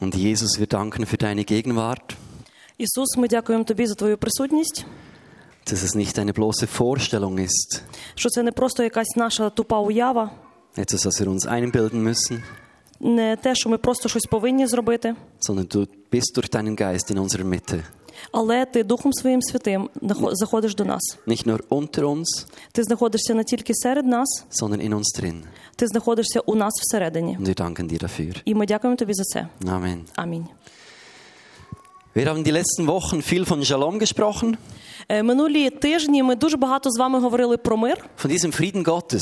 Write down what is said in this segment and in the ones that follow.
Und Jesus, wir danken für deine Gegenwart, Ісус, ми дякуємо тобі за твою присутність, dass es nicht eine bloße Vorstellung ist, що це не просто якась наша тупа уява, etwas, was wir uns einbilden müssen, не те, що ми просто щось повинні зробити, sondern du bist durch deinen Geist in unserer Mitte. але ти Духом Своїм Святим нахо- заходиш до нас. Nicht nur unter uns, Ти знаходишся не тільки серед нас, sondern in uns drin. ти знаходишся у нас всередині. Und wir danken dir dafür. І ми дякуємо тобі за це. Amen. Амінь. Wir haben die letzten Wochen viel von Shalom gesprochen, Е, Минулі тижні ми дуже багато з вами говорили про мир, von diesem Frieden Gottes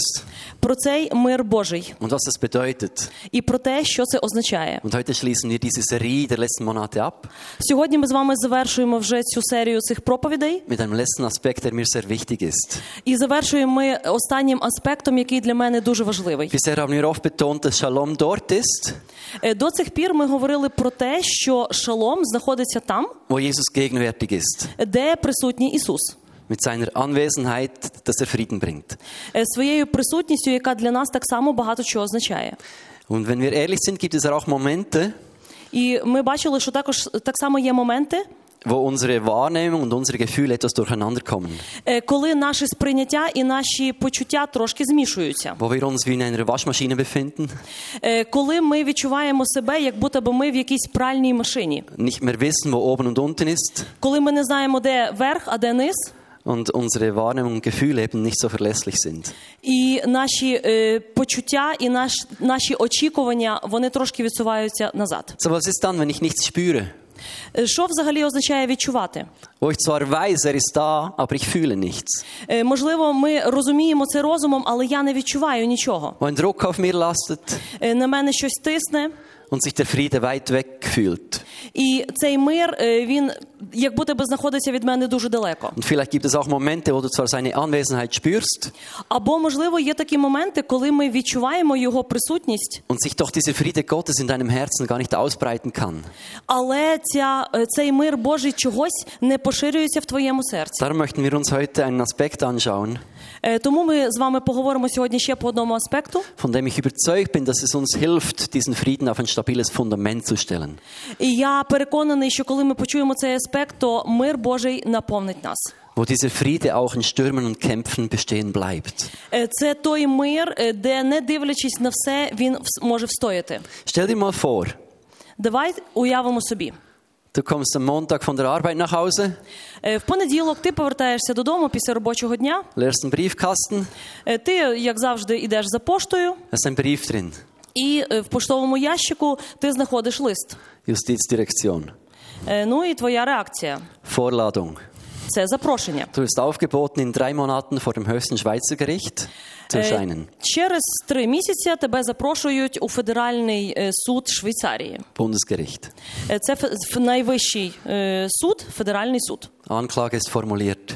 про цей мир Божий und was das bedeutet. і про те, що це означає. Und heute schließen wir diese Serie der letzten Monate ab Сьогодні ми з вами завершуємо вже цю серію цих проповідей mit einem letzten Aspekt, der mir sehr wichtig ist. і завершуємо ми останнім аспектом, який для мене дуже важливий. Bisher haben wir oft betont, dass Shalom dort ist, Е, До цих пір ми говорили про те, що шалом знаходиться там, wo Jesus gegenwärtig ist, де присутній Ісус. mit seiner Anwesenheit, dass er Frieden bringt. Е, Своєю присутністю, яка для нас так само багато чого означає. Und wenn wir ehrlich sind, gibt es auch Momente, І ми бачили, що також так само є моменти, wo unsere Wahrnehmung und unsere Gefühle etwas durcheinander kommen, е, коли наші сприйняття і наші почуття трошки змішуються. wo wir uns wie in einer Waschmaschine befinden, Е, Коли ми відчуваємо себе, як будто би ми в якійсь пральній машині, nicht mehr wissen, wo oben und unten ist коли ми не знаємо, де верх, а де низ, und unsere Wahrnehmung und Gefühle eben nicht so verlässlich sind. і наші е, почуття і наш, наші очікування вони трошки відсуваються назад. So, was ist dann, wenn ich nichts spüre? Е, Що взагалі означає відчувати? Wo ich zwar weiß, er ist da, aber ich fühle nichts. Е, Можливо, ми розуміємо це розумом, але я не відчуваю нічого. Wo ein Druck auf mir lastet Е, На мене щось тисне, und sich der Friede weit weg fühlt. і цей мир е, він як будто би знаходиться від мене дуже далеко. Und vielleicht gibt es auch Momente, wo du zwar seine Anwesenheit spürst Або можливо є такі моменти, коли ми відчуваємо його присутність, und sich doch dieser Friede Gottes in deinem Herzen gar nicht ausbreiten kann. але ця, е, цей мир Божий чогось не поширюється в твоєму серці. Darum möchten wir uns heute einen Aspekt anschauen, Е, Тому ми з вами поговоримо сьогодні ще по одному аспекту, von dem ich überzeugt bin, dass es uns hilft, diesen Frieden auf ein stabiles Fundament zu stellen. і я переконаний, що коли ми почуємо цей аспект, то мир Божий наповнить нас. Wo dieser Friede auch in Stürmen und Kämpfen bestehen bleibt. Е, Це той мир, е, де не дивлячись на все, він вс- може встояти. Stell dir mal vor, Давай уявимо собі. du kommst am Montag von der Arbeit nach Hause, Е, В понеділок ти повертаєшся додому після робочого дня. leerst einen Briefkasten, Е, Ти, як завжди, йдеш за поштою, da ist ein Brief drin, і е, в поштовому ящику ти знаходиш лист. Justizdirektion, Е, Ну і твоя реакція Vorladung. це запрошення. Du wirst aufgeboten, in drei Monaten vor dem höchsten Schweizer Gericht zu Е, erscheinen. Через три місяці тебе запрошують у федеральний е, суд Швейцарії. Bundesgericht. Е, Це фе- ф- найвищий е, суд, федеральний суд. Anklage ist formuliert.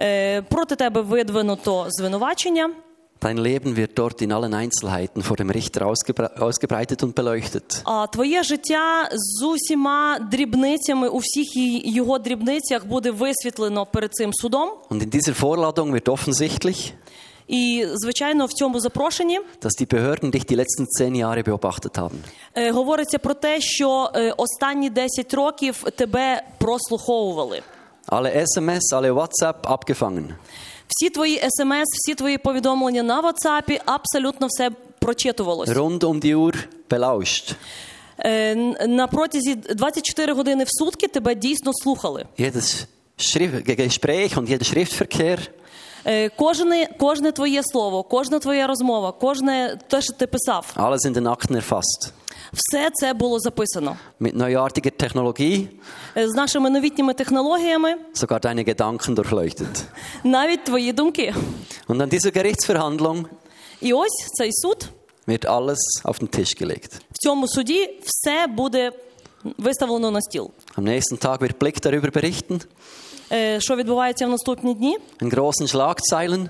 Е, Проти тебе видвинуто звинувачення. Dein Leben wird dort in allen Einzelheiten vor dem Richter ausgebre ausgebreitet und beleuchtet. А твоє життя з усіма дрібницями у всіх її- його дрібницях буде висвітлено перед цим судом. Und in dieser Vorladung wird offensichtlich, І звичайно, в цьому запрошенні dass die Behörden dich die letzten zehn Jahre beobachtet haben. е, говориться про те, що е, останні 10 років тебе прослуховували. Alle SMS, alle WhatsApp abgefangen. Всі твої смс, всі твої повідомлення на WhatsApp, абсолютно все прочитувалося. Rund um die Uhr belauscht. Е, н- на протязі 24 години в сутки тебе дійсно слухали. Jedes Schrift Ge- Gespräch und jeder Schriftverkehr Е, кожне, кожне твоє слово, кожна твоя розмова, кожне те, що ти писав. Alles in den Akten erfasst. Все це було записано Mit neuartiger Technologie Е, з нашими новітніми технологіями, sogar deine Gedanken durchleuchtet. навіть твої думки. Und an dieser Gerichtsverhandlung І ось цей суд wird alles auf den Tisch gelegt. в цьому суді все буде виставлено на стіл. Am nächsten Tag wird Blick darüber berichten, Е, Що відбувається в наступні дні? in großen Schlagzeilen.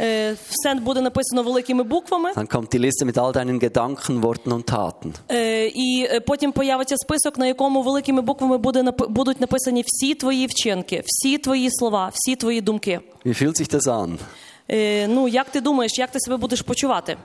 Е, Все буде написано великими буквами, Dann kommt die Liste mit all deinen Gedanken, Worten und Taten. Е, і е, потім появиться список, на якому великими буквами буде нап- будуть написані всі твої вчинки, всі твої слова, всі твої думки. Wie fühlt sich das an? Е, ну, як ти думаєш, як ти себе будеш почувати?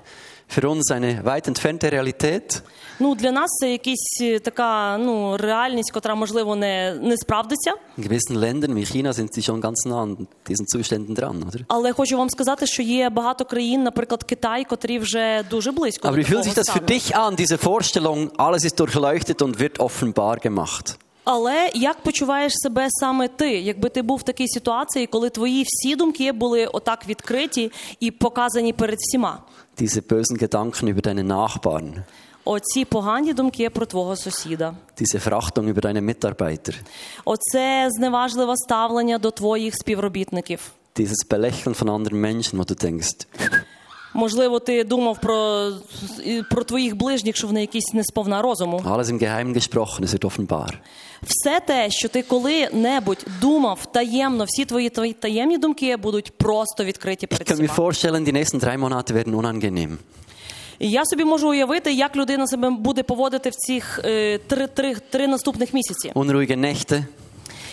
Für uns eine weit entfernte Realität, Ну, для нас це якась е, така ну, реальність, котра, можливо, не, не справдиться. In gewissen Ländern wie China sind sie schon ganz nah an diesen Zuständen dran, oder? Але хочу вам сказати, що є багато країн, наприклад, Китай, котрі вже дуже близько. Aber до wie fühlt такого sich das für стану. dich an, diese Vorstellung, alles ist durchleuchtet und wird offenbar gemacht? Але як почуваєш себе саме ти, якби ти був в такій ситуації, коли твої всі думки були отак відкриті і показані перед всіма? Diese bösen Gedanken über deine Nachbarn, Оці погані думки про твого сусіда, diese Verachtung über deine Mitarbeiter, оце зневажливе ставлення до твоїх співробітників. dieses Belächeln von anderen Menschen, wo du denkst, Можливо, ти думав про, і про твоїх ближніх, що вони якісь несповна розуму. alles im Geheimen gesprochen, es wird offenbar. Все те, що ти коли-небудь думав таємно, всі твої, твої таємні думки будуть просто відкриті Ich перед kann mir всіма. vorstellen, die nächsten drei Monate werden unangenehm. І я собі можу уявити, як людина себе буде поводити в цих е, три, три, три наступних місяці. Unruhige Nächte,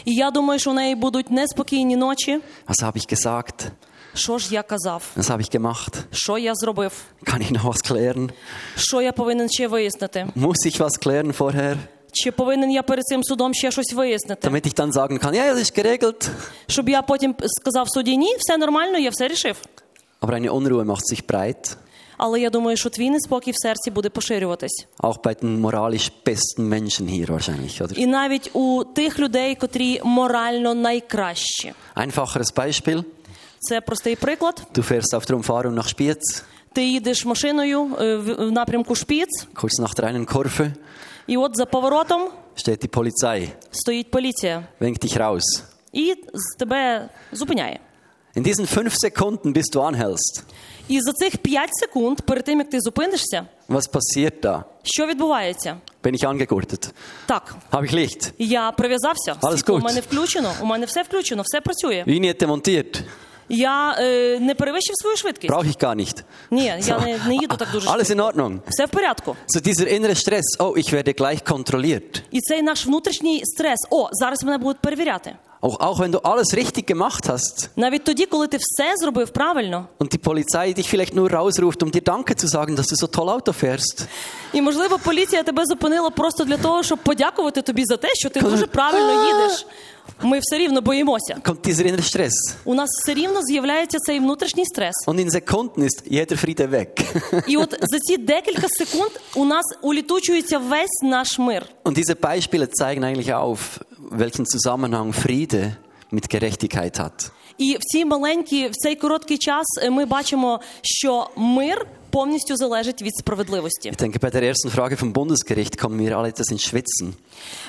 І я думаю, що у неї будуть неспокійні ночі. was habe ich gesagt, Що ж я казав? was habe ich gemacht, Що я зробив? kann ich noch was klären, Що я повинен ще вияснити? muss ich was klären vorher, Чи повинен я перед цим судом ще щось вияснити? damit ich dann sagen kann, ja, das ist geregelt. Щоб я потім сказав судді, ні, все нормально, я все рішив. Aber eine Unruhe macht sich breit, Але я думаю, що твій неспокій в серці буде поширюватись. auch bei den moralisch besten Menschen hier wahrscheinlich. Oder? І навіть у тих людей, котрі морально найкращі. Einfacheres Beispiel, Це простий приклад. du fährst auf der Umfahrung nach Spiez, Ти їдеш машиною е, в в напрямку Шпіц, kurz nach der einen Kurve і от за поворотом steht die Polizei, стоїть поліція winkt dich raus. і з тебе зупиняє. In diesen fünf Sekunden, bis du anhältst, І за цих 5 секунд, перед тим як ти зупинишся, was passiert da? що відбувається? Bin ich angegurtet? Так, Habe ich Licht? я прив'язався. Але Світло скут. у мене включено, у мене все включено, все працює. Vignette montiert? Я е, не перевищив свою швидкість. Brauche ich gar nicht. Ні, я не, не їду так дуже Alles швидко. in Ordnung. Все в порядку. So dieser innere Stress, oh, ich werde gleich kontrolliert. І цей наш внутрішній стрес. О, зараз мене будуть перевіряти. Auch, auch wenn du alles richtig gemacht hast Навіть тоді, коли ти все зробив правильно, und die Polizei dich vielleicht nur rausruft, um dir Danke zu sagen, dass du so toll Auto fährst. І можливо поліція тебе зупинила просто для того, щоб подякувати тобі за те, що ти дуже правильно їдеш. Ми все рівно боїмося. Kommt dieser innere Stress. У нас все рівно з'являється цей внутрішній стрес. Und in Sekunden ist jeder Friede weg. І от за ці декілька секунд у нас улітучується весь наш мир. Und diese Beispiele zeigen eigentlich auf, welchen Zusammenhang Friede mit Gerechtigkeit hat. І в цій маленькій, в цей короткий час е, ми бачимо, що мир повністю залежить від справедливості. Ich denke, bei der ersten Frage vom Bundesgericht kommen wir alle etwas ins Schwitzen.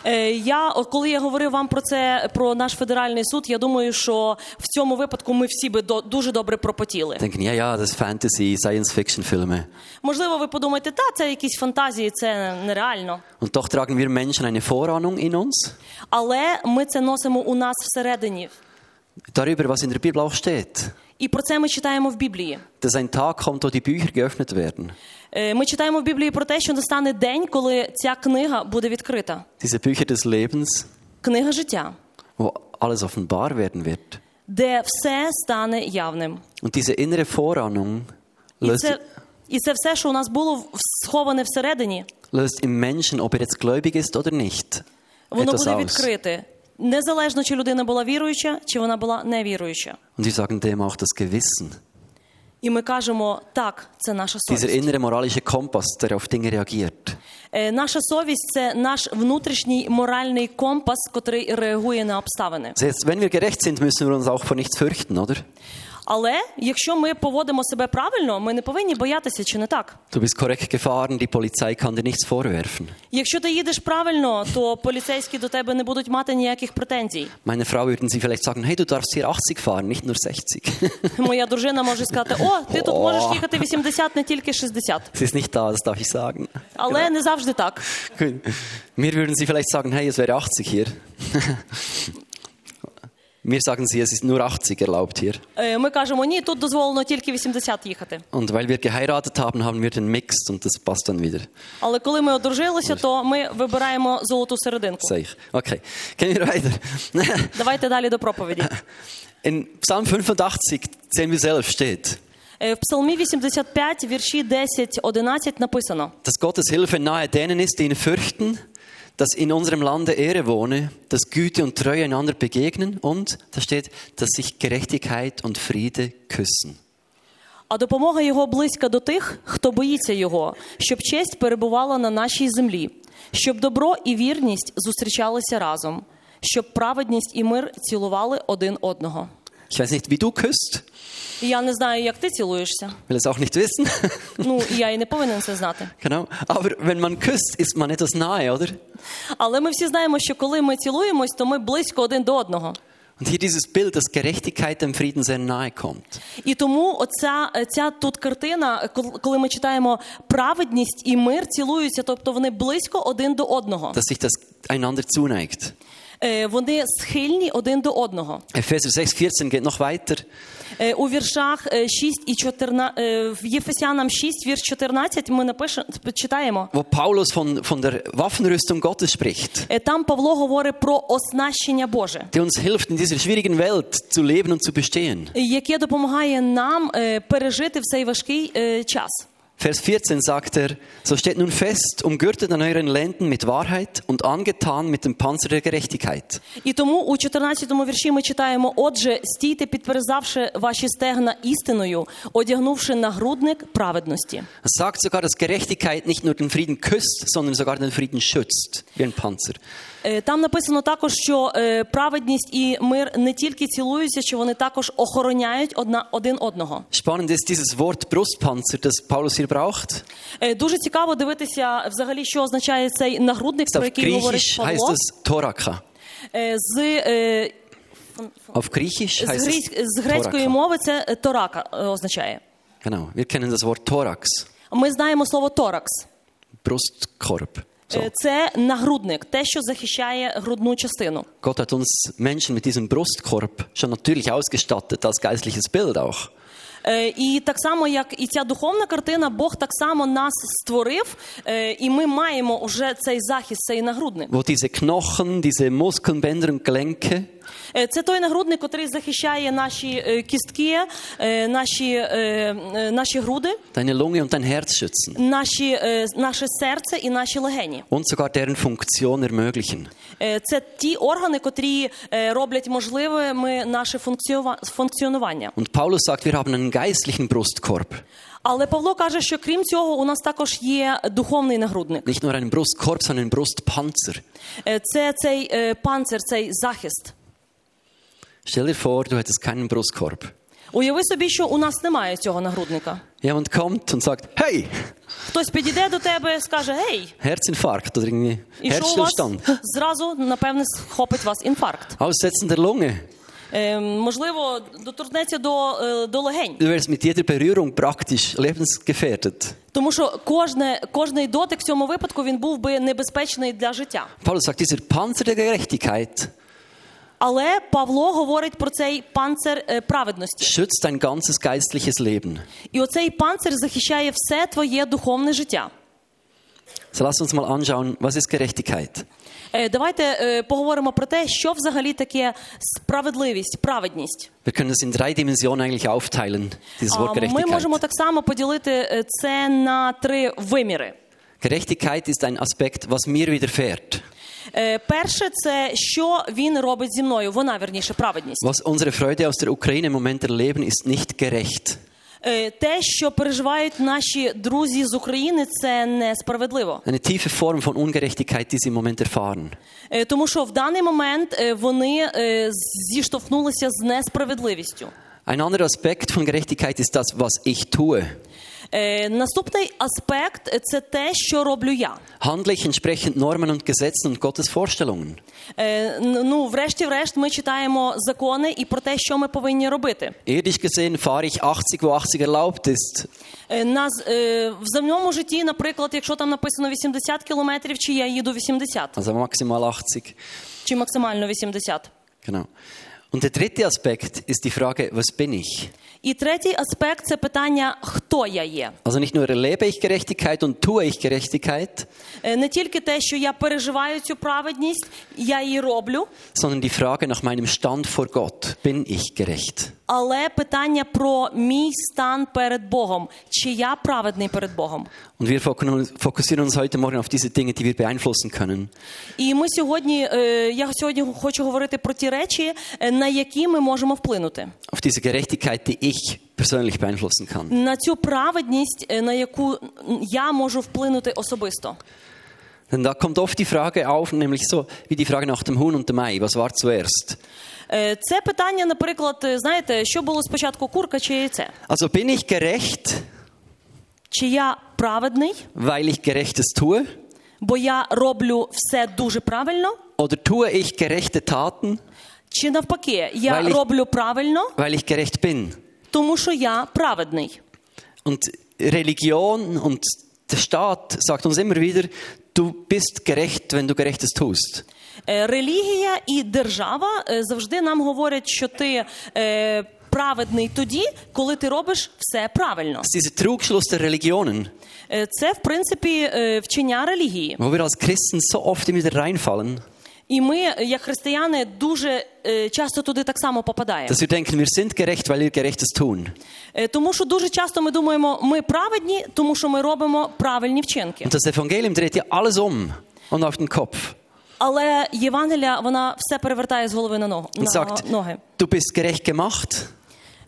Е, Я о, коли я говорив вам про це про наш федеральний суд, я думаю, що в цьому випадку ми всі би до- дуже добре пропотіли. Denken, ja, ja, das ist Fantasy, Science-Fiction-Filme. Можливо, ви подумаєте, та це якісь фантазії, це нереально. Und doch tragen wir Menschen eine Vorahnung in uns Але ми це носимо у нас всередині. darüber, was in der Bibel auch steht. І про це ми читаємо в Біблії. Dass ein Tag kommt, wo die Bücher geöffnet werden. Е, Ми читаємо в Біблії про те, що настане день, коли ця книга буде відкрита. Diese Bücher des Lebens, Книга життя, wo alles offenbar werden wird. де все стане явним. Und diese innere Vorahnung І löst, це, і це все, що у нас було в- сховане всередині, löst im Menschen, ob er jetzt gläubig ist oder nicht, воно etwas буде aus. відкрите. Незалежно, чи людина була віруюча, чи вона була невіруюча. Und wir sagen dem auch das Gewissen. І ми кажемо, так, це наша Dieser совість. innere moralische Kompass, der auf Dinge reagiert. Е, Наша совість це наш внутрішній моральний компас, котрий реагує на обставини. Also jetzt, wenn wir gerecht sind, müssen wir uns auch vor nichts fürchten, oder? Але якщо ми поводимо себе правильно, ми не повинні боятися, чи не так. Du bist korrekt gefahren, die Polizei kann dir nichts vorwerfen. Якщо ти їдеш правильно, то поліцейські до тебе не будуть мати ніяких претензій. Meine Frau würden sie vielleicht sagen, hey, du darfst hier 80 fahren, nicht nur 60. Моя дружина може сказати: О, ти тут О. можеш їхати 80, не тільки 60. sie ist nicht da, das darf ich sagen. Але не завжди так. Gut. Mir würden sie vielleicht sagen, hey, es wäre 80 hier. Mir sagen sie, es ist nur 80 erlaubt hier. Е, Ми кажемо, ні, тут дозволено тільки 80 їхати. Und weil wir geheiratet haben, haben wir den Mixed und das passt dann wieder. Але коли ми одружилися, то ми вибираємо золоту серединку. Sehe ich. Okay, gehen wir weiter. Давайте далі до проповіді. In Psalm 85, 10 bis 11 steht, Е, В Псалмі 85, вірші 10, 11 написано: dass Gottes Hilfe nahe denen ist, die ihn fürchten, dass in unserem Lande Ehre wohne, dass Güte und Treue einander begegnen und, da steht, dass sich Gerechtigkeit und Friede küssen. а допомога його близька до тих, хто боїться його, щоб честь перебувала на нашій землі, щоб добро і вірність зустрічалися разом, щоб праведність і мир цілували один одного. Ich weiß nicht, wie du küsst, І я не знаю, як ти цілуєшся. will es auch nicht wissen. Ну і я і не повинен це знати. genau. Aber wenn man küsst, ist man etwas nahe, oder? Але ми всі знаємо, що коли ми цілуємось, то ми близько один до одного. Und hier dieses Bild, dass Gerechtigkeit dem Frieden sehr nahe kommt. І тому оця ця тут картина, кол- коли ми читаємо праведність і мир цілуються, тобто вони близько один до одного. dass sich das einander zuneigt. Е, Вони схильні один до одного. Epheser 6, 14 geht noch weiter. Е, У віршах е, 6 і 14, е, в Єфесянам 6, вірш 14 ми напишемо читаємо. wo Paulus von, von der Waffenrüstung Gottes spricht, Е, Там Павло говорить про оснащення Боже, die uns hilft, in dieser schwierigen Welt zu leben und zu bestehen. яке допомагає нам е, пережити в цей важкий е, час. Vers 14 sagt er, so steht nun fest, umgürtet an euren Lenden mit Wahrheit und angetan mit dem Panzer der Gerechtigkeit. І тому у 14-му вірші ми читаємо: Отже, стійте, підперезавши ваші стегна істиною, одягнувши нагрудник праведності. Es sagt sogar, dass Gerechtigkeit nicht nur den Frieden küsst, sondern sogar den Frieden schützt, wie ein Panzer. Е, Там написано також, що е, праведність і мир не тільки цілуються, що вони також охороняють одна один одного. Spannend ist dieses Wort Brustpanzer, das Paulus hier braucht. Е, Дуже цікаво дивитися взагалі, що означає цей нагрудник, Ist про auf який говорить Griechisch heißt Павло. es Toraka. Е, З, е, Auf Griechisch з, heißt грі- es з грецької Thoraka. мови це е, торака е, означає. Genau, wir kennen das Wort Thorax, Ми знаємо слово торакс. Brustkorb. So. Е, Це нагрудник, те, що захищає грудну частину. Gott hat uns Menschen mit diesem Brustkorb schon natürlich ausgestattet, als geistliches Bild auch. Е, І так само, як і ця духовна картина, Бог так само нас створив, е, і ми маємо вже цей захист, цей нагрудник. Wo diese Knochen, diese Muskeln, Bänder und Gelenke, Е, Це той нагрудник, який захищає наші е, кістки, е, наші, е, е, наші груди, deine Lunge und dein Herz schützen наші, е, наше серце і наші легені. und sogar deren Funktion ermöglichen. Е, Це ті органи, котрі е, роблять можливими наше функціова- функціонування. Und Paulus sagt, wir haben einen geistlichen Brustkorb. Але Павло каже, що крім цього, у нас також є духовний нагрудник. Nicht nur einen Brustkorb, sondern einen Brustpanzer. Е, Це цей е, панцир, цей захист. Stell dir vor, du hättest keinen Brustkorb. Уяви собі, що у нас немає цього нагрудника. Jemand kommt und sagt, hey, Хтось підійде до тебе, скаже гей, Herzinfarkt oder irgendwie і що у вас Herzstillstand. зразу напевне схопить вас інфаркт. Aussetzen der Lunge. Е, можливо, доторкнеться до, е, до легень, Du wärst mit jeder Berührung praktisch lebensgefährdet. тому що кожне кожний дотик в цьому випадку він був би небезпечний для життя. Paulus sagt, dieser Panzer der Gerechtigkeit Але Павло говорить про цей панцир е, праведності, schützt dein ganzes geistliches Leben. і оцей панцир захищає все твоє духовне життя. So lass uns mal anschauen, was ist Gerechtigkeit? Е, Давайте е, поговоримо про те, що взагалі таке справедливість, праведність. Wir können es in drei Dimensionen eigentlich aufteilen, dieses Wort А, Ми можемо Gerechtigkeit. так само поділити е, це на три виміри. Gerechtigkeit ist ein Aspekt, was mir widerfährt, Е, Перше, це що він робить зі мною. Вона вірніше праведність. was unsere Freude aus der Ukraine im Moment erleben, ist nicht gerecht. Е, Те, що переживають наші друзі з України, це несправедливо, Eine tiefe Form von Ungerechtigkeit, die sie im Moment erfahren. Е, тому що в даний момент е, вони е, зіштовхнулися з несправедливістю. Ein anderer Aspekt von Gerechtigkeit ist das, was ich tue. Е, Наступний аспект е, це те, що роблю я. Handle ich entsprechend Normen und Gesetzen und Gottes Vorstellungen? Е, н- ну, врешті-врешт, ми читаємо закони і про те, що ми повинні робити. Irdisch gesehen fahre ich 80, wo 80 erlaubt ist. Е, на з- е, в земному житті, наприклад, якщо там написано 80 кілометрів, чи я їду 80, Also maximal 80. чи максимально 80. Genau. Und der dritte Aspekt ist die Frage, was bin ich? І третій аспект це питання, хто я є. Also nicht nur erlebe ich Gerechtigkeit und tue ich Gerechtigkeit, Е, Не тільки те, що я переживаю цю праведність, я її роблю, sondern die Frage nach meinem Stand vor Gott. Bin ich gerecht? але питання про мій стан перед Богом. Чи я праведний перед Богом? Und wir fok- fokussieren uns heute Morgen auf diese Dinge, die wir beeinflussen können. І ми сьогодні, е, я сьогодні хочу говорити про ті речі, е, на які ми можемо вплинути. Auf diese Gerechtigkeit, die ich persönlich beeinflussen kann. На цю праведність, е, на яку я можу вплинути особисто. Denn da kommt oft die Frage auf, nämlich so wie die Frage nach dem Huhn und dem Ei. Was war zuerst? Е, Це питання, наприклад, е, знаєте, що було спочатку курка чи яйце? Also bin ich gerecht, Чи я праведний, weil ich Gerechtes tue? бо я роблю все дуже правильно? Oder tue ich gerechte Taten, Чи навпаки, я Валі- роблю правильно, weil ich gerecht bin? тому що я праведний. Und Religion und der Staat sagt uns immer wieder, du bist gerecht, wenn du Gerechtes tust. Е, Релігія і держава е, завжди нам говорять, що ти е, праведний тоді, коли ти робиш все правильно. Das ist dieser Trugschluss der Religionen, Е, Це, в принципі, е, вчення релігії. wo wir als Christen so oft immer wieder reinfallen, І ми, е, як християни, дуже е, часто туди так само попадаємо. dass wir denken, wir sind gerecht, weil wir Gerechtes tun. Е, Тому що дуже часто ми думаємо, ми праведні, тому що ми робимо правильні вчинки. Und das Evangelium dreht ja alles um und auf den Kopf Але Євангелія вона все перевертає з голови на ногу und на sagt, ноги. du bist gerecht gemacht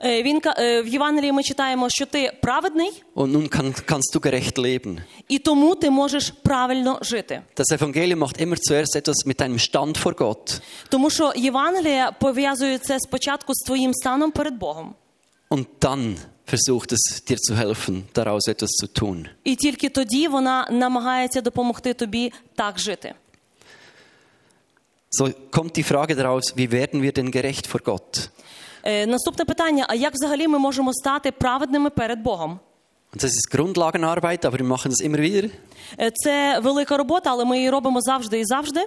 Е, Він ка- е, в Євангелії ми читаємо, що ти праведний, und nun kann, kannst du gerecht leben. і тому ти можеш правильно жити. Das Evangelium macht immer zuerst etwas mit deinem Stand vor Gott Тому що Євангелія пов'язує це спочатку з твоїм станом перед Богом, und dann versucht es dir zu helfen, daraus etwas zu tun. і тільки тоді вона намагається допомогти тобі так жити. So kommt die Frage daraus, wie werden wir denn gerecht vor Gott? Е, Наступне питання: а як взагалі ми можемо стати праведними перед Богом? Und das ist Grundlagenarbeit, aber wir machen das immer wieder, Е, Це велика робота, але ми її робимо завжди і завжди.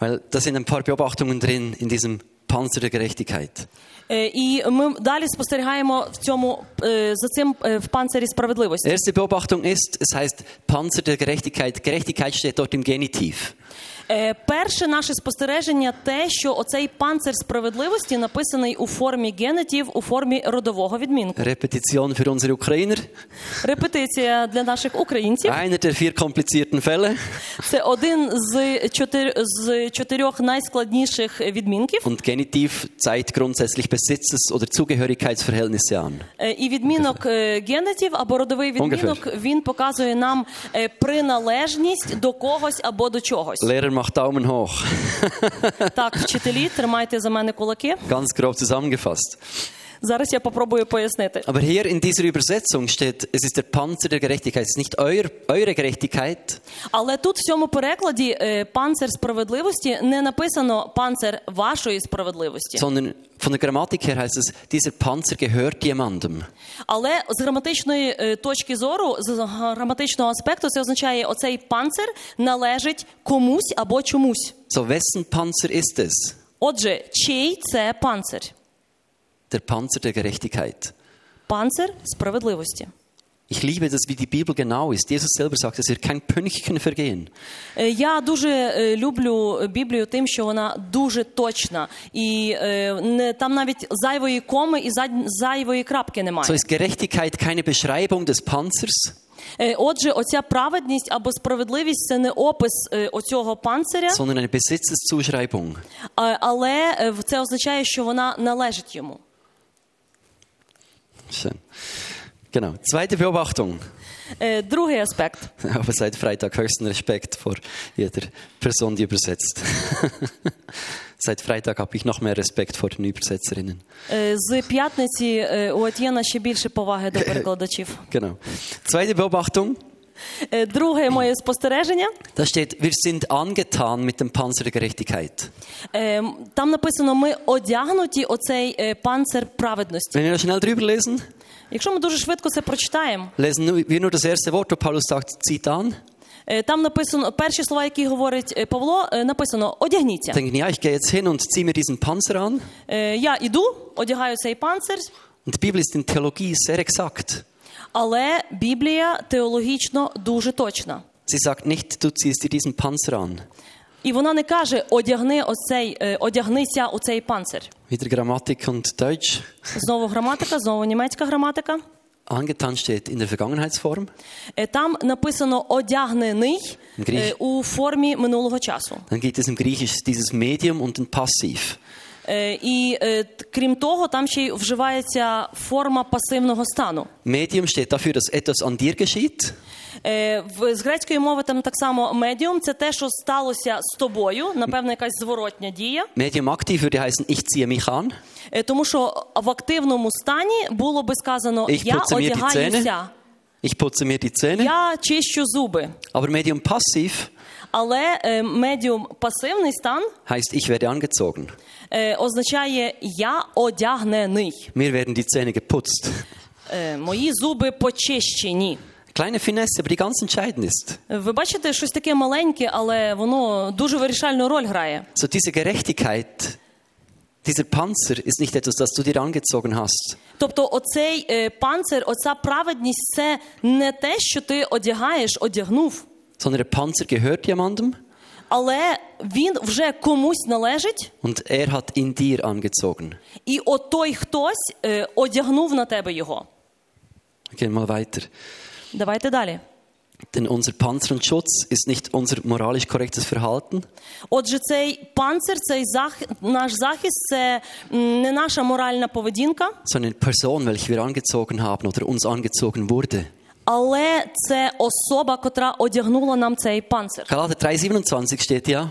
weil da sind ein paar Beobachtungen drin in diesem Panzer der Gerechtigkeit. Е, І ми далі спостерігаємо в цьому е, за цим е, в панцирі справедливості. Erste Beobachtung ist, es heißt Panzer der Gerechtigkeit. Gerechtigkeit steht dort im Genitiv. Е, Перше наше спостереження те, що оцей панцир справедливості написаний у формі генетів, у формі родового відмінку. Repetition für unsere Ukrainer. Репетиція для наших українців Einer der vier komplizierten Fälle. це один з чотир з чотирьох найскладніших відмінків. Und Genitiv zeigt grundsätzlich Besitzes- oder Zugehörigkeitsverhältnisse an. Е, І відмінок е, генетів або родовий відмінок він показує нам е, приналежність до когось або до чогось. Lehrer macht Daumen hoch. Так, вчителі, тримайте за мене кулаки. Ganz grob zusammengefasst. Зараз я попробую пояснити. Aber hier in dieser Übersetzung steht, es ist der Panzer der Gerechtigkeit. Es ist nicht euer, eure Gerechtigkeit, Але тут в цьому перекладі е, панцир справедливості не написано панцир вашої справедливості, sondern von der Grammatik her heißt es, dieser Panzer gehört jemandem. але з граматичної е, точки зору, з граматичного аспекту, це означає, оцей панцир належить комусь або чомусь. So, wessen Panzer ist es? Отже, чий це панцир? Der Panzer der Gerechtigkeit. Панцир справедливості. Ich liebe das, wie die Bibel genau ist. Jesus selber sagt, dass wir kein Pünktchen vergehen. Е, Я дуже е, люблю Біблію тим, що вона дуже точна, і е, не там навіть зайвої коми і зад- зайвої крапки немає. So ist Gerechtigkeit keine Beschreibung des Panzers, Е, Отже, оця праведність або справедливість це не опис е, оцього панциря, sondern eine Besitzeszuschreibung. а- але е, в- це означає, що вона належить йому. Schön. Genau. Zweite Beobachtung. Е, Другий аспект. Aber seit Freitag höchsten Respekt vor jeder Person, die übersetzt. seit Freitag habe ich noch mehr Respekt vor den Übersetzerinnen. Е, З п'ятниці е, у Атьєна ще більше поваги до перекладачів. Genau. Zweite Beobachtung. Е, Друге моє спостереження. Da steht, wir sind angetan mit dem Panzer der Gerechtigkeit. Е, м, Там написано: ми одягнуті оцей е, панцир праведності. Wenn wir noch schnell drüber lesen, Якщо ми дуже швидко це прочитаємо, lesen wir nur das erste Wort, wo Paulus sagt, zieht an. е, Е, Там написано перші слова, які говорить е, Павло, е, написано одягніться. Denken, ja, ich gehe jetzt hin und ziehe mir diesen Panzer an. Е, Я іду, одягаю цей панцир, Und die Bibel ist in Theologie sehr exakt. але Біблія теологічно дуже точна. Sie sagt nicht, du ziehst dir diesen Panzer an. І вона не каже одягни оцей, е, одягнися у цей панцир. Wieder Grammatik und Deutsch. Знову граматика, знову німецька граматика. Angetan steht in der Vergangenheitsform. Е, Там написано одягнений Гріх. е, у формі минулого часу. Dann gibt es im Griechisch dieses Medium und ein Passiv. Е, І е, т- крім того, там ще й вживається форма пасивного стану. Medium steht dafür, dass etwas an dir geschieht. Е, в- З грецької мови там так само медіум це те, що сталося з тобою, напевно, якась зворотня дія, Medium aktiv würde heißen, ich ziehe mich an. Е, тому що в активному стані було би сказано Ich я putze mir die Zähne». одягаюся, Ich putze mir die Zähne. я чищу зуби. Aber Medium passiv Але е, медіум пасивний стан heißt, ich werde angezogen. е, означає я одягнений. Mir werden die Zähne geputzt. Е, Мої зуби почищені. Kleine Finesse, aber die ganz entscheidend ist. Е, Ви бачите щось таке маленьке, але воно дуже вирішальну роль грає. So diese Gerechtigkeit, dieser Panzer ist nicht etwas, das du dir angezogen hast. Тобто, оцей е, панцир, оця праведність це не те, що ти одягаєш, одягнув, sondern der Panzer gehört jemandem але він вже комусь належить, und er hat ihn dir angezogen. і отой хтось е, одягнув на тебе його. Wir gehen mal weiter. Давайте далі. Denn unser Panzer und Schutz ist nicht unser moralisch korrektes Verhalten, Отже, цей панцир, цей зах... наш захист, це м, не наша моральна поведінка, sondern die Person, welche wir angezogen haben oder uns angezogen wurde. але це особа, котра одягнула нам цей панцир. Galater 3,27 steht ja,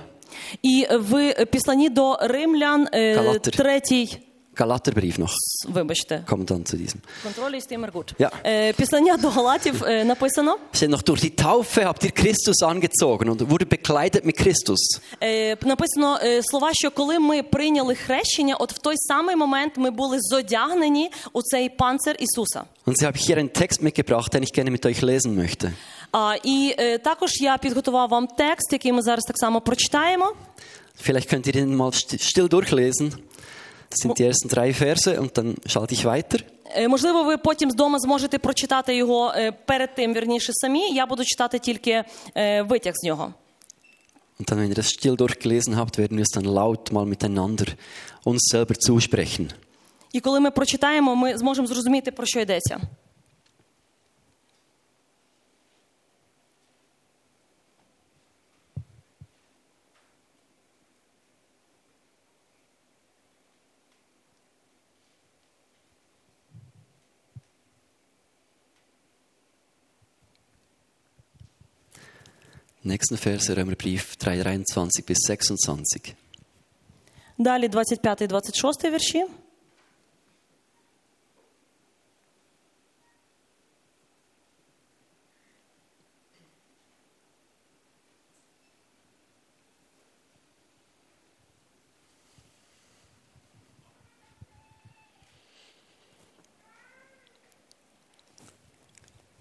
І е, в е, післанні до римлян е, Галатер. третій. Galaterbrief noch, Вибачте, kommt dann zu diesem. контроль із Тимергут. Я. Е, Післання до Галатів е, написано Steht noch, durch die Taufe habt ihr Christus angezogen und wurde bekleidet mit Christus. е, написано е, слова, що коли ми прийняли хрещення, от в той самий момент ми були зодягнені у цей панцир Ісуса. Und so habe ich hier einen Text mitgebracht, den ich gerne mit euch lesen möchte. А, і е, також я підготував вам текст, який ми зараз так само прочитаємо. Vielleicht könnt ihr den mal sti- still durchlesen. Das sind die ersten drei Verse und dann schalte ich weiter. Е, можливо, ви потім з дому зможете прочитати його е, перед тим, вірніше самі. Я буду читати тільки е, витяг з нього. Und dann, wenn ihr das still durchgelesen habt, werden wir es dann laut mal miteinander uns selber zusprechen. І коли ми прочитаємо, ми зможемо зрозуміти, про що йдеться. Nächsten Vers, Römerbrief 3, 23 bis 26. Далі 25-26 вірші.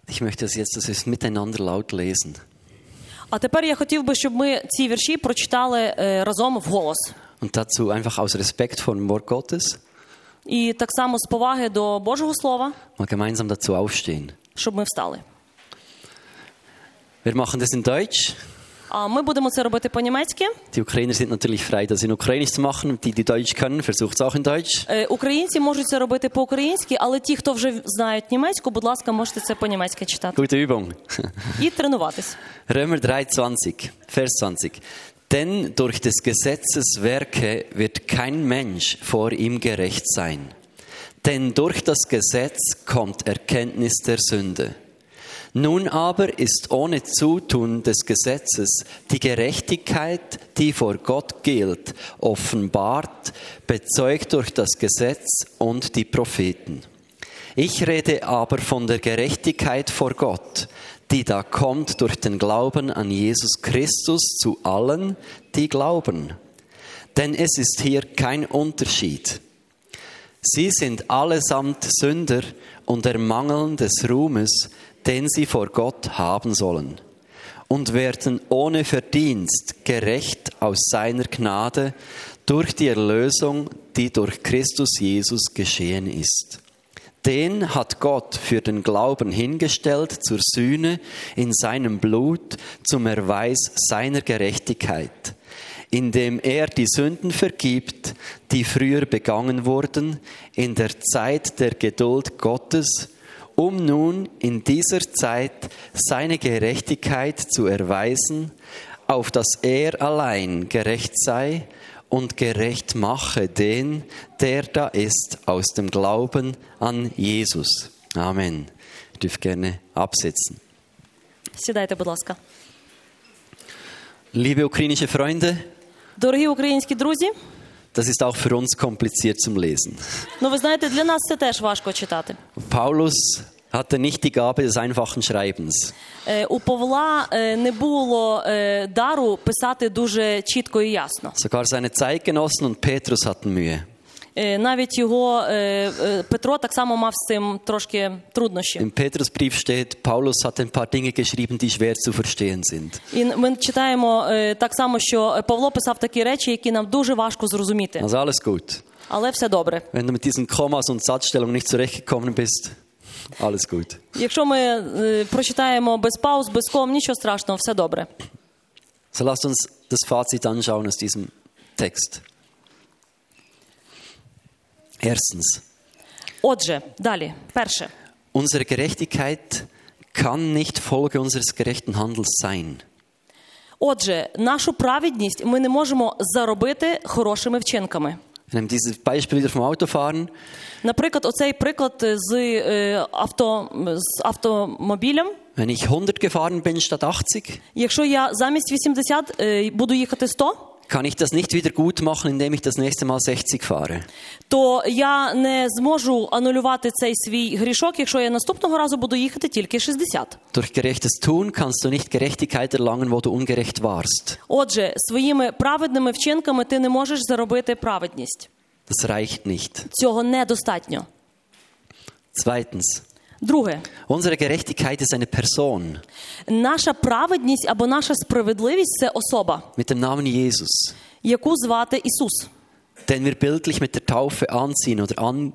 Ich möchte das jetzt, dass wir es miteinander laut lesen. А тепер я хотів би, щоб ми ці вірші прочитали е, разом вголос. Und dazu einfach aus Respekt vor dem Wort Gottes І так само з поваги до Божого Слова, mal gemeinsam dazu aufstehen. щоб ми встали. Wir machen das in Deutsch. А ми будемо це робити по-німецьки. Die Ukrainer sind natürlich frei, das in Ukrainisch zu machen. Die, die Deutsch können, versucht es auch in Deutsch. Е, Українці можуть це робити по-українськи, але ті, хто вже знають німецьку, будь ласка, можете це по-німецьки читати Gute Übung. і тренуватись. Römer 3,20, Vers 20. Denn durch des Gesetzes Werke wird kein Mensch vor ihm gerecht sein. Denn durch das Gesetz kommt Erkenntnis der Sünde. Nun aber ist ohne Zutun des Gesetzes die Gerechtigkeit, die vor Gott gilt, offenbart, bezeugt durch das Gesetz und die Propheten. Ich rede aber von der Gerechtigkeit vor Gott, die da kommt durch den Glauben an Jesus Christus zu allen, die glauben. Denn es ist hier kein Unterschied. Sie sind allesamt Sünder und ermangeln des Ruhmes, den sie vor Gott haben sollen. und werden ohne Verdienst gerecht aus seiner Gnade durch die Erlösung, die durch Christus Jesus geschehen ist. Den hat Gott für den Glauben hingestellt zur Sühne in seinem Blut zum Erweis seiner Gerechtigkeit, indem er die Sünden vergibt, die früher begangen wurden, in der Zeit der Geduld Gottes, um nun in dieser Zeit seine Gerechtigkeit zu erweisen, auf dass er allein gerecht sei und gerecht mache den, der da ist, aus dem Glauben an Jesus. Amen. Ihr dürft gerne absetzen. Сідайте, будь ласка. Liebe ukrainische Freunde, Дорогі українські друзі, das ist auch für uns kompliziert zum Lesen. ну ви знаєте, для нас це теж важко читати. Paulus hatte nicht die Gabe des einfachen Schreibens. Е, У Павла е, не було е, дару писати дуже чітко і ясно. Sogar seine Zeitgenossen und Petrus hatten Mühe. Е, Навіть його е, е, Петро так само мав з цим трошки труднощі. Im Petrusbrief steht, Paulus hat ein paar Dinge geschrieben, die schwer zu verstehen sind. І ми читаємо е, так само, що Павло писав такі речі, які нам дуже важко зрозуміти, Also alles gut. але все добре. Wenn du mit diesen Kommas und Satzstellungen nicht zurechtgekommen bist, alles gut. Якщо ми е, прочитаємо без пауз, без ком, нічого страшного, все добре. So lasst uns das Fazit anschauen aus diesem Text. Erstens, Отже, далі, перше, unsere Gerechtigkeit kann nicht Folge unseres gerechten Handels sein. отже, нашу праведність ми не можемо заробити хорошими вчинками. Wir nehmen dieses Beispiel wieder vom Autofahren. Наприклад, оцей приклад з е, авто з автомобілем. Wenn ich 100 gefahren bin statt 80, Якщо я замість 80 е, буду їхати 100, kann ich das nicht wieder gut machen, indem ich das nächste Mal 60 fahre. то я не зможу анулювати цей свій грішок, якщо я наступного разу буду їхати тільки 60. Durch gerechtes Tun kannst du nicht Gerechtigkeit erlangen, wo du ungerecht warst. Отже, своїми праведними вчинками ти не можеш заробити праведність. Das reicht nicht. Цього недостатньо. Zweitens, Друге, unsere Gerechtigkeit ist eine Person наша праведність або наша справедливість це особа, mit dem Namen Jesus, яку звати Ісус. den wir bildlich mit der Taufe anziehen oder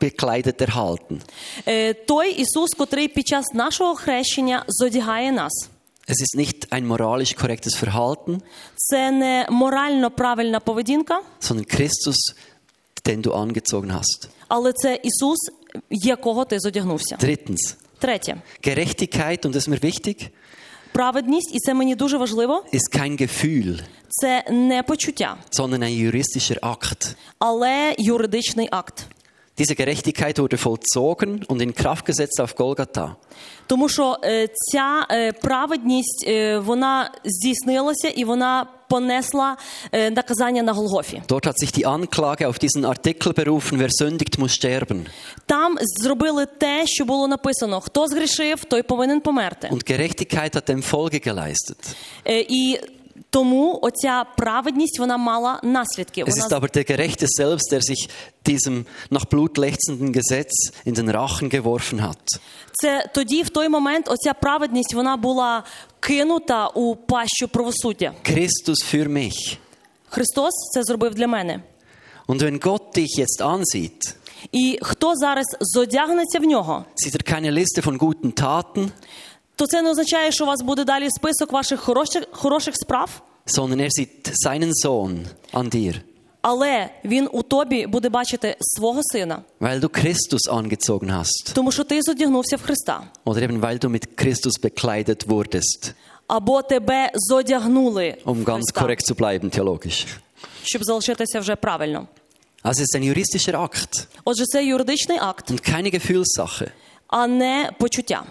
anbekleidet erhalten. Е, той Ісус, котрий під час нашого хрещення зодягає нас. Es ist nicht ein moralisch korrektes Verhalten, Це не морально правильна поведінка, sondern Christus, den du angezogen hast. але це Ісус, якого ти зодягнувся. Drittens, Третє, Gerechtigkeit, und das ist mir wichtig, праведність, і це мені дуже важливо. ist kein Gefühl, Це не почуття, sondern ein juristischer Akt. але юридичний акт. Diese Gerechtigkeit wurde vollzogen und in Kraft gesetzt auf Golgatha. Тому що е, ця е, праведність е, вона здійснилася і вона понесла е, наказання на Голгофі. Dort hat sich die Anklage auf diesen Artikel berufen, wer sündigt, muss sterben. Там зробили те, що було написано: хто згрішив, той повинен померти. Und Gerechtigkeit hat dem Folge geleistet. Е, і тому оця праведність вона мала наслідки. Es ist Вона aber der Gerechte selbst, der sich diesem nach Blut lechzenden Gesetz in den Rachen geworfen hat. це тоді, в той момент, оця праведність вона була кинута у пащу правосуддя. Christus für mich. Христос це зробив для мене. Und wenn Gott dich jetzt ansieht, І хто зараз зодягнеться в нього, sieht er keine Liste von guten Taten, то це не означає, що у вас буде далі список ваших хороших, хороших справ, sondern er sieht seinen Sohn an dir, але він у тобі буде бачити свого сина, weil du Christus angezogen hast тому що ти зодягнувся в Христа, oder eben weil du mit Christus bekleidet wurdest, або тебе зодягнули um в ganz Христа, korrekt zu bleiben theologisch. щоб залишитися вже правильно. Also es ist ein juristischer Akt Отже, це юридичний акт, und keine Gefühlssache. а не почуття.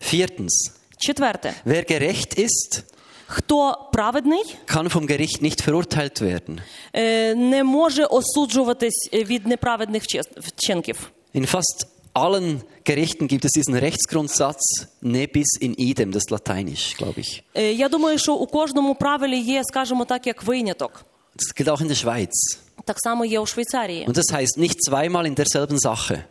Viertens, Четверте, wer gerecht ist, хто праведний kann vom Gericht nicht verurteilt werden. е, не може осуджуватись е, від неправедних вчи- вчинків. In fast allen Gerichten gibt es diesen Rechtsgrundsatz nebis in idem, das ist lateinisch, glaube ich. Е, Я думаю, що у кожному правилі є, скажімо так, як виняток. Das gilt auch in der Schweiz. Так само є у Швейцарії. Und das heißt nicht zweimal in derselben Sache.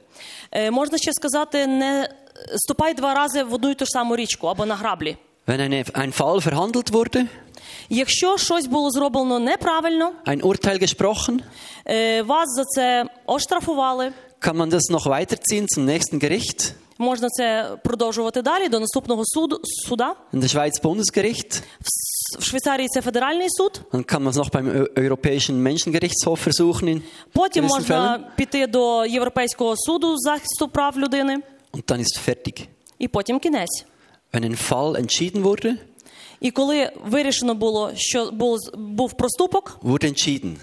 Е, Можна ще сказати, не ступай два рази в одну і ту ж саму річку або на граблі. Wenn eine, ein Fall verhandelt wurde, Якщо щось було зроблено неправильно, ein Urteil gesprochen, е, вас за це оштрафували. kann man das noch weiterziehen zum nächsten Gericht, Можна це продовжувати далі до наступного суду суда. in der Schweiz Bundesgericht, В С- В Швейцарії це федеральний суд. dann kann man es noch beim Eu- Europäischen Menschengerichtshof versuchen in Потім gewissen можна Fällen піти до Європейського суду з захисту прав людини, und dann ist fertig. і потім кінець. Wenn ein Fall entschieden wurde, І коли вирішено було, що був, був проступок, wurde entschieden.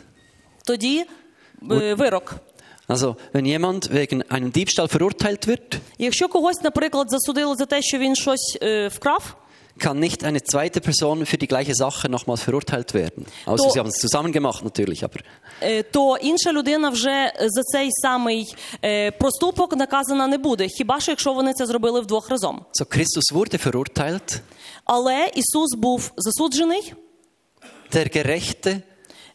тоді е, вирок. Also wenn jemand wegen einem Diebstahl verurteilt wird, Якщо когось, наприклад, засудили за те, що він щось е, вкрав, kann nicht eine zweite Person für die gleiche Sache nochmals verurteilt werden. Außer Do- sie haben es zusammen gemacht natürlich, aber е, то інша людина вже за цей самий е, проступок наказана не буде, хіба що якщо вони це зробили вдвох разом. so Christus wurde verurteilt, Але Ісус був засуджений. der Gerechte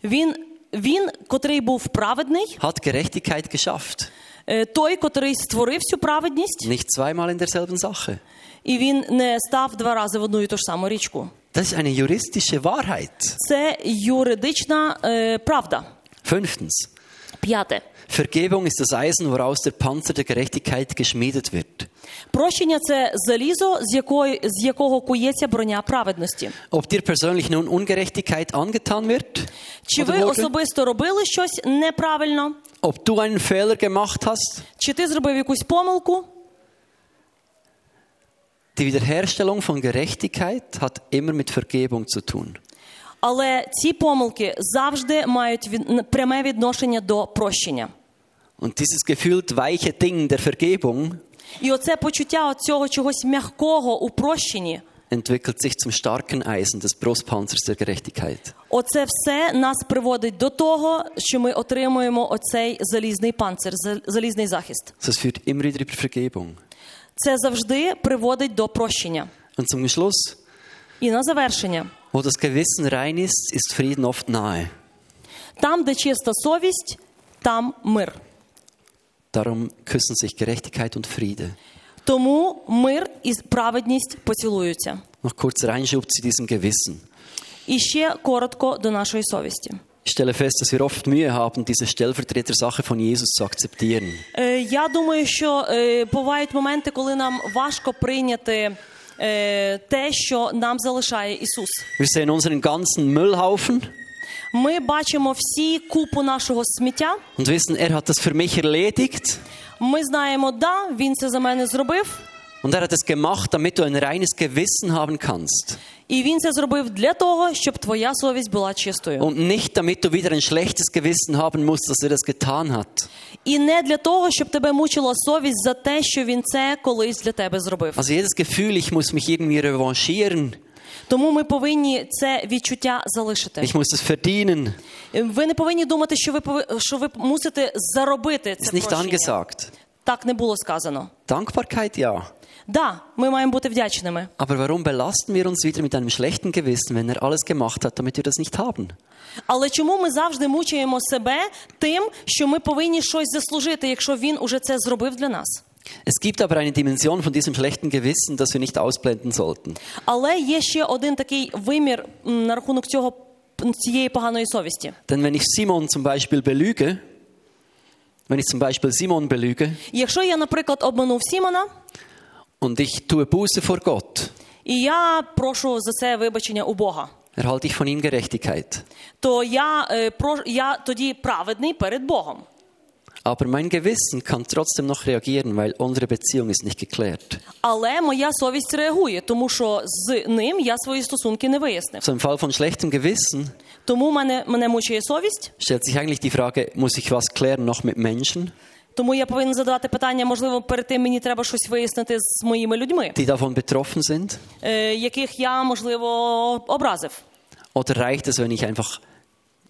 Він, він, котрий був праведний, hat Gerechtigkeit geschafft, е, той, котрий створив цю праведність, nicht zweimal in derselben Sache. і він не став два рази в одну і ту ж саму річку. Das ist eine juristische Wahrheit. Це юридична е, правда. Fünftens. П'яте Vergebung ist das Eisen, woraus der Panzer der Gerechtigkeit geschmiedet wird. прощення це залізо, з якої з якого кується броня праведності. Ob dir persönlich nun Ungerechtigkeit angetan wird, Чи oder ви wurde, особисто робили щось неправильно? ob du einen Fehler gemacht hast, Чи ти зробив якусь помилку? die Wiederherstellung von Gerechtigkeit hat immer mit Vergebung zu tun. Але ці помилки завжди мають від- пряме відношення до прощення. Und dieses gefühlt weiche Ding der Vergebung І оце почуття от цього чогось м'якого у прощенні, entwickelt sich zum starken Eisen des Brustpanzers der Gerechtigkeit. оце все нас приводить до того, що ми отримуємо оцей залізний панцир, за- залізний захист. Also es führt immer wieder über Vergebung. Це завжди приводить до прощення. Und zum Schluss, І на завершення, wo das Gewissen rein ist, ist Frieden oft nahe. там, де чиста совість, там мир. Darum küssen sich Gerechtigkeit und Friede. Тому мир і праведність поцілуються. Noch kurz Reinschub zu diesem Gewissen. І ще коротко до нашої совісті. Ich stelle fest, dass wir oft Mühe haben, diese Stellvertreter-Sache von Jesus zu akzeptieren. Е, я думаю, що е, бувають моменти, коли нам важко прийняти е, те, що нам залишає Ісус. Wir sehen unseren ganzen Müllhaufen Ми бачимо всі купу нашого сміття. und wissen, er hat das für mich erledigt Ми знаємо, да, він це за мене зробив, und er hat es gemacht, damit du ein reines Gewissen haben kannst і він це зробив для того, щоб твоя совість була чистою. und nicht, damit du wieder ein schlechtes Gewissen haben musst, dass er das getan hat. І не для того, щоб тебе мучила совість за те, що він це колись для тебе зробив. Also jedes Gefühl, ich muss mich irgendwie revanchieren, Тому ми повинні це відчуття залишити. ich muss es verdienen, Ви не повинні думати, що ви пови- що ви мусите заробити це ist nicht прощення. angesagt. Так не було сказано. Dankbarkeit ja. Да, ми маємо бути вдячними. Aber warum belasten wir uns wieder mit einem schlechten Gewissen, wenn er alles gemacht hat, damit wir das nicht haben? Але чому ми завжди мучаємо себе тим, що ми повинні щось заслужити, якщо він уже це зробив для нас? Es gibt aber eine Dimension von diesem schlechten Gewissen, das wir nicht ausblenden sollten. Але є ще один такий вимір м, на рахунок цього м, цієї poганої совісті. Denn wenn ich Simon zum Beispiel belüge, wenn ich zum Beispiel Simon belüge Якщо я, наприклад, обманув Сімона, und ich tue Buße vor Gott, і я прошу за це вибачення у Бога, erhalte ich von ihm Gerechtigkeit. то я, е, про, я тоді праведний перед Богом. Aber mein Gewissen kann trotzdem noch reagieren, weil unsere Beziehung ist nicht geklärt. Але моя совість реагує, тому що з ним я свої стосунки не вияснив. So im Fall von schlechtem Gewissen Тому мене, мене мучає совість. stellt sich eigentlich die Frage, muss ich was klären noch mit Menschen, Тому я повинен задавати питання, можливо, перед тим мені треба щось вияснити з моїми людьми, die davon betroffen sind? е, яких я можливо образив. Oder reicht es, wenn ich einfach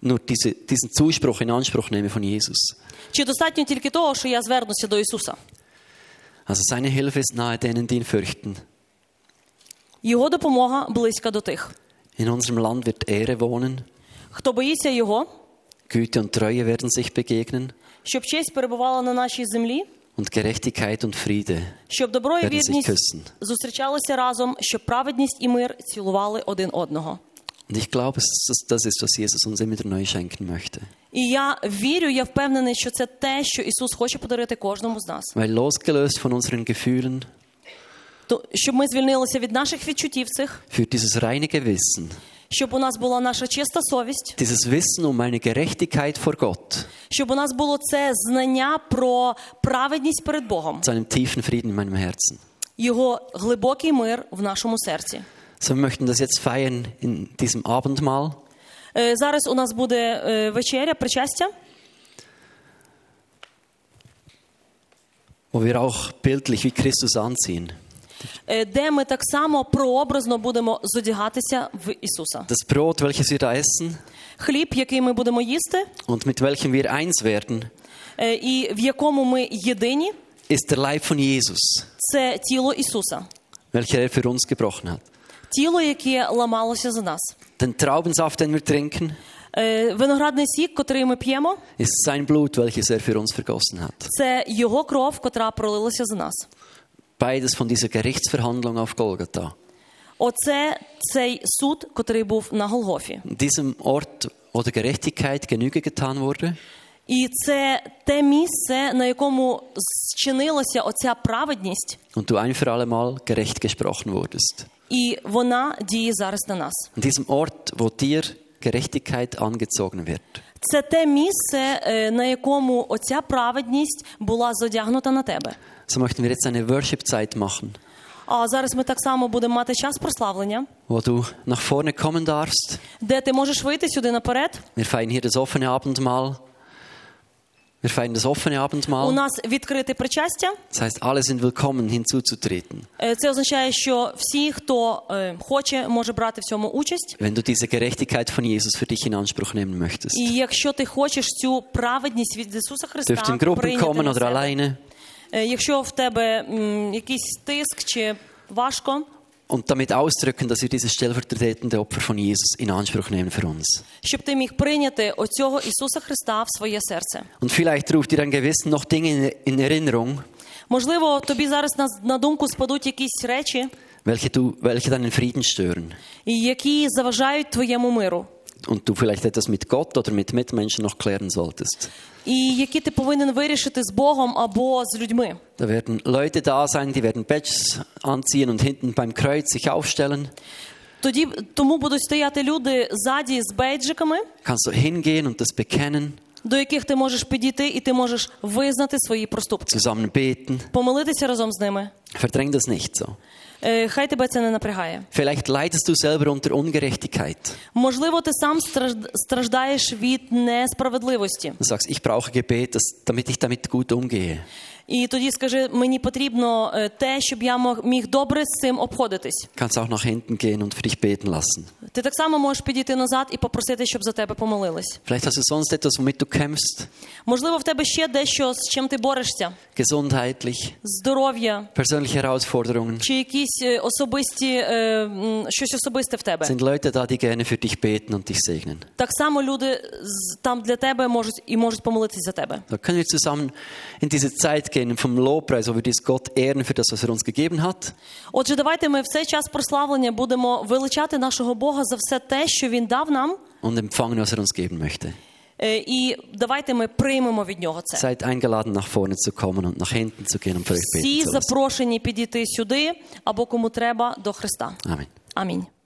nur diese, diesen Zuspruch in Anspruch nehme von Jesus? Чи достатньо тільки того, що я звернуся до Ісуса? Also seine Hilfe ist nahe denen, die ihn fürchten. Його допомога близька до тих, In unserem Land wird Ehre wohnen, хто боїться його, Güte und Treue werden sich begegnen щоб честь перебувала на нашій землі, und Gerechtigkeit und Friede. щоб добро і Werden sich вірність küssen. зустрічалися разом, щоб праведність і мир цілували один одного. Und ich glaube, es ist- das- das ist, was Jesus uns immer wieder neu schenken möchte. І я вірю, я впевнений, що це те, що Ісус хоче подарити кожному з нас. Weil losgelöst von unseren Gefühlen То щоб ми звільнилися від наших відчуттів цих, führt dieses reine Gewissen, щоб у нас була наша чиста совість, dieses Wissen um meine Gerechtigkeit vor Gott щоб у нас було це знання про праведність перед Богом, zu einem tiefen Frieden in meinem Herzen. Його глибокий мир в нашому серці. So, wir möchten das jetzt feiern in diesem Abendmahl. Е, Зараз у нас буде е, вечеря, причастя, wo wir auch bildlich wie Christus anziehen. е, де ми так само прообразно будемо зодягатися в Ісуса. Das Brot, welches wir da essen Хліб, який ми будемо їсти, und mit welchem wir eins werden, е, і в якому ми єдині, ist der Leib von Jesus, це тіло Ісуса, welcher er für uns gebrochen hat. тіло, яке ламалося за нас. Den Traubensaft, den wir trinken, Е, Виноградний сік, котрий ми п'ємо, ist sein Blut, welches er für uns vergossen hat. це його кров, котра пролилася за нас. Beides von dieser Gerichtsverhandlung auf Golgatha. Оце цей суд, котрий був на Голгофі. An diesem Ort, wo der Gerechtigkeit Genüge getan wurde, І це те місце, на якому зчинилася оця праведність, und du ein für alle Mal gerecht gesprochen wurdest. і вона діє зараз на нас. An diesem Ort, wo dir Gerechtigkeit angezogen wird. Це те місце, е, на якому оця праведність була зодягнута на тебе. So möchten wir jetzt eine Worship-Zeit machen, А зараз ми так само будемо мати час прославлення, wo du nach vorne kommen darfst. де ти можеш вийти сюди наперед. Wir feiern hier das offene Abendmahl. Wir feiern das offene У Abendmahl. нас відкрите причастя. Das heißt, alle sind willkommen hinzuzutreten. Е, Це означає, що всі, хто е, хоче, може брати в цьому участь. Wenn du diese Gerechtigkeit von Jesus für dich in Anspruch nehmen möchtest, І якщо ти хочеш цю праведність від Ісуса dürft Христа in Gruppen прийняти kommen на oder себе, alleine. Е, якщо в тебе м, якийсь тиск чи важко, Und damit ausdrücken, dass wir dieses stellvertretende Opfer von Jesus in Anspruch nehmen für uns. щоб ти міг прийняти оцього Ісуса Христа в своє серце. Und vielleicht ruft dir ein Gewissen noch Dinge in- in Erinnerung, Можливо, тобі зараз на, на думку спадуть якісь речі, welche, du, welche deinen Frieden stören. які заважають твоєму миру, Und du vielleicht etwas mit Gott oder mit Mitmenschen noch klären solltest. і які ти повинен вирішити з Богом або з людьми. Da werden Leute da sein, die werden Badges anziehen und hinten beim Kreuz sich aufstellen. Тоді тому будуть стояти люди ззаді з бейджиками, Kannst du hingehen und das bekennen, до яких ти можеш підійти, і ти можеш визнати свої проступки, zusammen beten. помилитися разом з ними. Verdräng das nicht so. Е, Хай тебе це не напрягає. Vielleicht leidest du selber unter Ungerechtigkeit. Можливо, ти сам страж- страждаєш від несправедливості, Du sagst, ich brauche Gebet, dass, damit ich damit gut umgehe. і тоді скажи: мені потрібно е, те, щоб я мог- міг добре з цим обходитись. Kannst auch nach hinten gehen und für dich beten lassen. Ти так само можеш підійти назад і попросити, щоб за тебе помолились. Vielleicht hast du sonst etwas, womit du kämpfst, Можливо, в тебе ще дещо з чим ти борешся: gesundheitlich, здоров'я persönliche Herausforderungen. чи якісь е, особисті е, м, щось особисте в тебе. Sind Leute da, die gerne für dich beten und dich segnen? Так само люди з- там для тебе можуть і можуть помолитись за тебе. Da können wir zusammen in diese Zeit gehen vom Lobpreis, wo wir dies Gott ehren für das, was er uns gegeben hat. Отже, давайте ми в цей час прославлення будемо величати нашого Бога за все те, що він дав нам. und empfangen, was er uns geben möchte. Е, І давайте ми приймемо від нього це. Seid eingeladen, nach vorne zu kommen und nach hinten zu gehen und für euch beten Всі zu lassen. запрошені підійти сюди або кому треба до Христа. Amen. Амінь.